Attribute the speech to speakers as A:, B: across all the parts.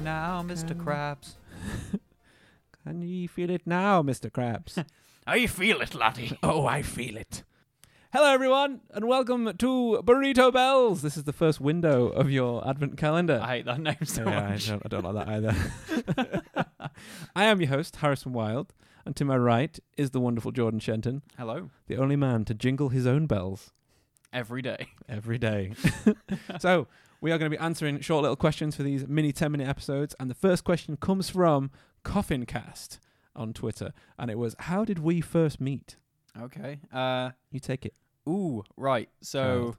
A: Mr.
B: now.
A: Krabs. Can ye feel it now, Mr. Krabs?
B: I feel it, laddie.
A: oh, I feel it. Hello, everyone, and welcome to Burrito Bells. This is the first window of your advent calendar.
B: I hate that name so
A: yeah, I
B: much.
A: don't, I don't like that either. I am your host, Harrison Wilde, and to my right is the wonderful Jordan Shenton,
B: Hello.
A: the only man to jingle his own bells
B: Every day.
A: every day. so we are going to be answering short little questions for these mini 10 minute episodes. And the first question comes from Coffincast on Twitter. And it was, How did we first meet?
B: Okay. Uh,
A: You take it.
B: ooh, right. So
A: Child.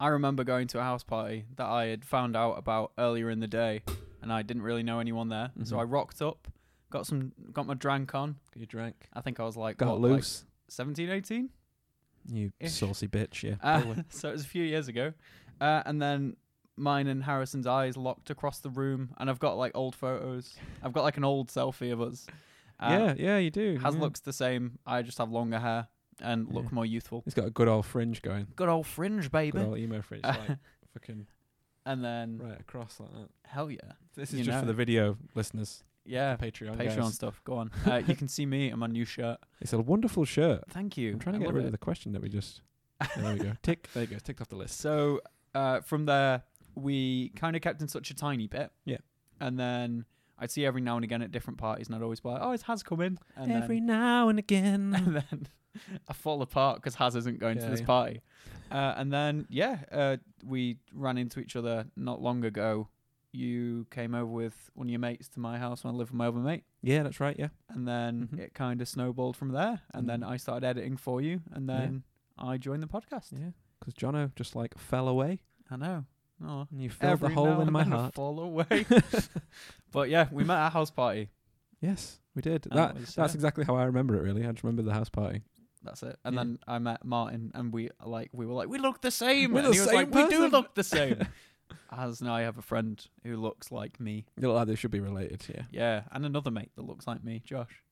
B: I remember going to a house party that I had found out about earlier in the day, and I didn't really know anyone there. So
A: Mhm.
B: I rocked up, got some, got my drank on.
A: You drank.
B: I think I was like
A: Got
B: what, like
A: loose.
B: 17, 18?
A: you
B: ish.
A: saucy bitch. Yeah.
B: Uh,
A: probably.
B: so it was a few years ago. Uh, and then mine and Harrison's eyes locked across the room, and I've got like old photos. I've got like an old selfie of us. Uh,
A: yeah, yeah, you do.
B: Has
A: yeah.
B: looks the same. I just have longer hair and look
A: Yeah.
B: more youthful.
A: He's got a good old fringe going.
B: Good old fringe, baby.
A: Good old emo fringe.
B: Uh,
A: like fucking
B: and then,
A: right across like that.
B: hell yeah.
A: This is
B: You
A: just for
B: know.
A: the video listeners.
B: Yeah.
A: Patreon.
B: Patreon
A: guys.
B: stuff. Go on. Uh, you can see me in my new shirt.
A: It's a wonderful shirt.
B: Thank you.
A: I'm trying to
B: I
A: get
B: love
A: rid
B: it.
A: of the question that we just. There we go. Tick. There you go. It's ticked off the list.
B: So uh, from there, we kind of kept in touch a tiny bit.
A: Yeah.
B: And then I'd see every now and again at different parties, and I'd always be like, "Oh, it's Has come in." And
A: Every now and again.
B: then, and then I fall apart because Has isn't going
A: Yeah,
B: to this
A: yeah.
B: party. Uh, and then yeah, uh, we ran into each other not long ago. You came over with one of your mates to my house when I lived with my other mate.
A: Yeah, that's right. Yeah.
B: And then
A: Mhm.
B: it kind of snowballed from there. And then
A: Mhm.
B: I started editing for you. And
A: Yeah.
B: then I joined the podcast.
A: Yeah. Because Jono just like fell away
B: I know. Oh,
A: and you filled
B: Every
A: the hole
B: now
A: in
B: and
A: my
B: then I
A: heart.
B: fall away. but yeah, we met at a house party.
A: Yes, we did.
B: And
A: That,
B: it was,
A: that's
B: uh,
A: exactly how I remember it, really. I just remember the house party.
B: That's it. And
A: Yeah.
B: then I met Martin, and we like we were like we look the same.
A: We're
B: and
A: the
B: he was
A: same
B: like, we do
A: person."
B: look the same. As now I have a friend who looks like me.
A: They look like they should be related. Yeah.
B: Yeah, and another mate that looks like me, Josh.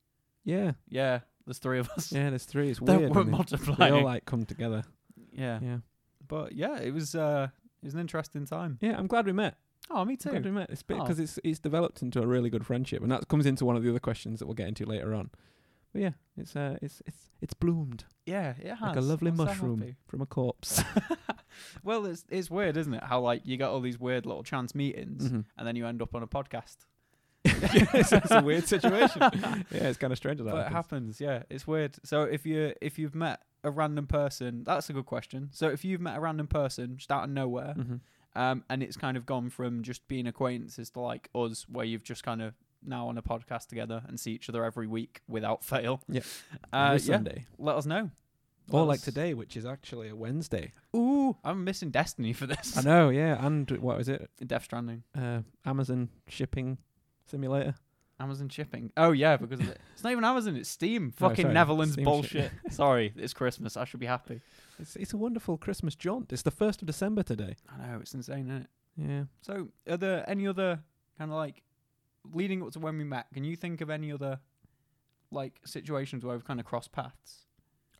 A: Yeah.
B: Yeah, there's three of us.
A: Yeah, there's three. It's
B: That
A: weird.
B: were
A: isn't it? They
B: multiplying.
A: all like come together.
B: yeah.
A: Yeah.
B: but yeah, it was uh, it was an interesting time.
A: Yeah, I'm glad we met.
B: Oh, me
A: I'm glad we
B: too.
A: met. It's
B: Oh.
A: because it's it's developed into a really good friendship, and that comes into one of the other questions that we'll get into later on. But yeah, it's uh, it's it's it's bloomed
B: Yeah, it has
A: like a lovely
B: I'm so
A: mushroom
B: happy.
A: from a corpse.
B: well, it's it's weird, isn't it? How like you got all these weird little chance meetings,
A: Mhm.
B: and then you end up on a podcast.
A: it's, it's a weird situation. yeah, it's kind of strange. that
B: but
A: happens.
B: it happens yeah it's weird so if you if you've met a random person that's a good question so if you've met a random person just out of nowhere
A: Mhm.
B: um and it's kind of gone from just being acquaintances to like us where you've just kind of now on a podcast together and see each other every week without fail
A: Yep.
B: uh
A: Every
B: yeah
A: Sunday.
B: let us know
A: Or like
B: That's-
A: today, which is actually a Wednesday.
B: ooh i'm missing destiny for this
A: I know, yeah. And what is it?
B: death stranding
A: Uh, Amazon shipping simulator.
B: amazon shipping oh yeah because of it. it's not even amazon it's steam
A: No,
B: fucking
A: sorry,
B: netherlands
A: Steam shit,
B: bullshit sorry it's christmas i should be happy
A: It's it's a wonderful Christmas jaunt. It's the first of December today.
B: i know it's insane isn't it
A: Yeah.
B: So, are there any other kind of like leading up to when we met? Can you think of any other like situations where we've kind of crossed paths?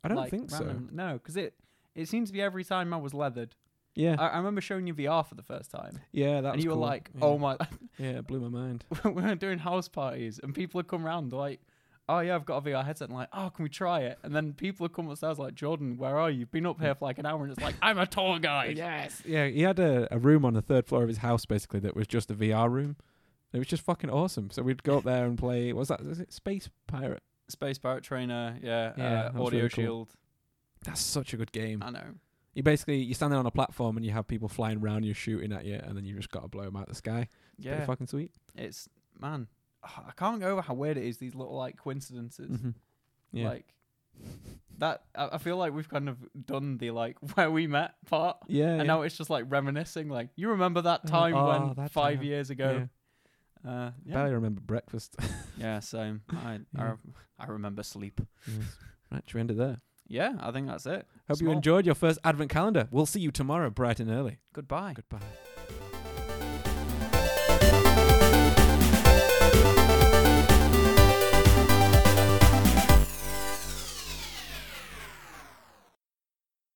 A: I don't
B: Like,
A: think so.
B: random- No, because it it seems to be every time I was leathered.
A: Yeah.
B: I, I remember showing you VR for the first time,
A: yeah, that
B: and
A: was
B: you were
A: cool.
B: like,
A: yeah.
B: "Oh my!"
A: Yeah, it blew my mind.
B: we were doing house parties, and people would come round like. Oh yeah, I've got a VR headset. And like, oh, can we try it? And then people would come upstairs like, Jordan, where are you? Been up here for like an hour, and it's like, I'm a tour guide.
A: Yes. Yeah, he had a, a room on the third floor of his house basically that was just a VR room. It was just fucking awesome. So we'd go up there and play. What was that? Was it Space Pirate?
B: Space pirate trainer, yeah,
A: Yeah,
B: uh,
A: that was
B: audio
A: really cool.
B: shield.
A: That's such a good game. Uh,
B: I know.
A: You basically you stand there on a platform and you have people flying around you shooting at you, and then you just got to blow them out the sky.
B: Yeah,
A: Pretty fucking sweet.
B: it's man oh, i can't go over how weird it is these little like coincidences
A: Mhm. Yeah.
B: like that I, I feel like we've kind of done the like where we met part
A: yeah.
B: and
A: yeah.
B: now it's just like reminiscing like you remember that
A: Oh,
B: time
A: oh,
B: when
A: that
B: five
A: time.
B: years
A: Yeah.
B: ago uh yeah,
A: Barely remember breakfast.
B: yeah same I, I
A: Yeah.
B: re- I remember sleep
A: yes. Right, should we end it there?
B: yeah i think that's it
A: Hope you
B: Small.
A: enjoyed your first advent calendar. We'll see you tomorrow, bright and early.
B: goodbye
A: Goodbye.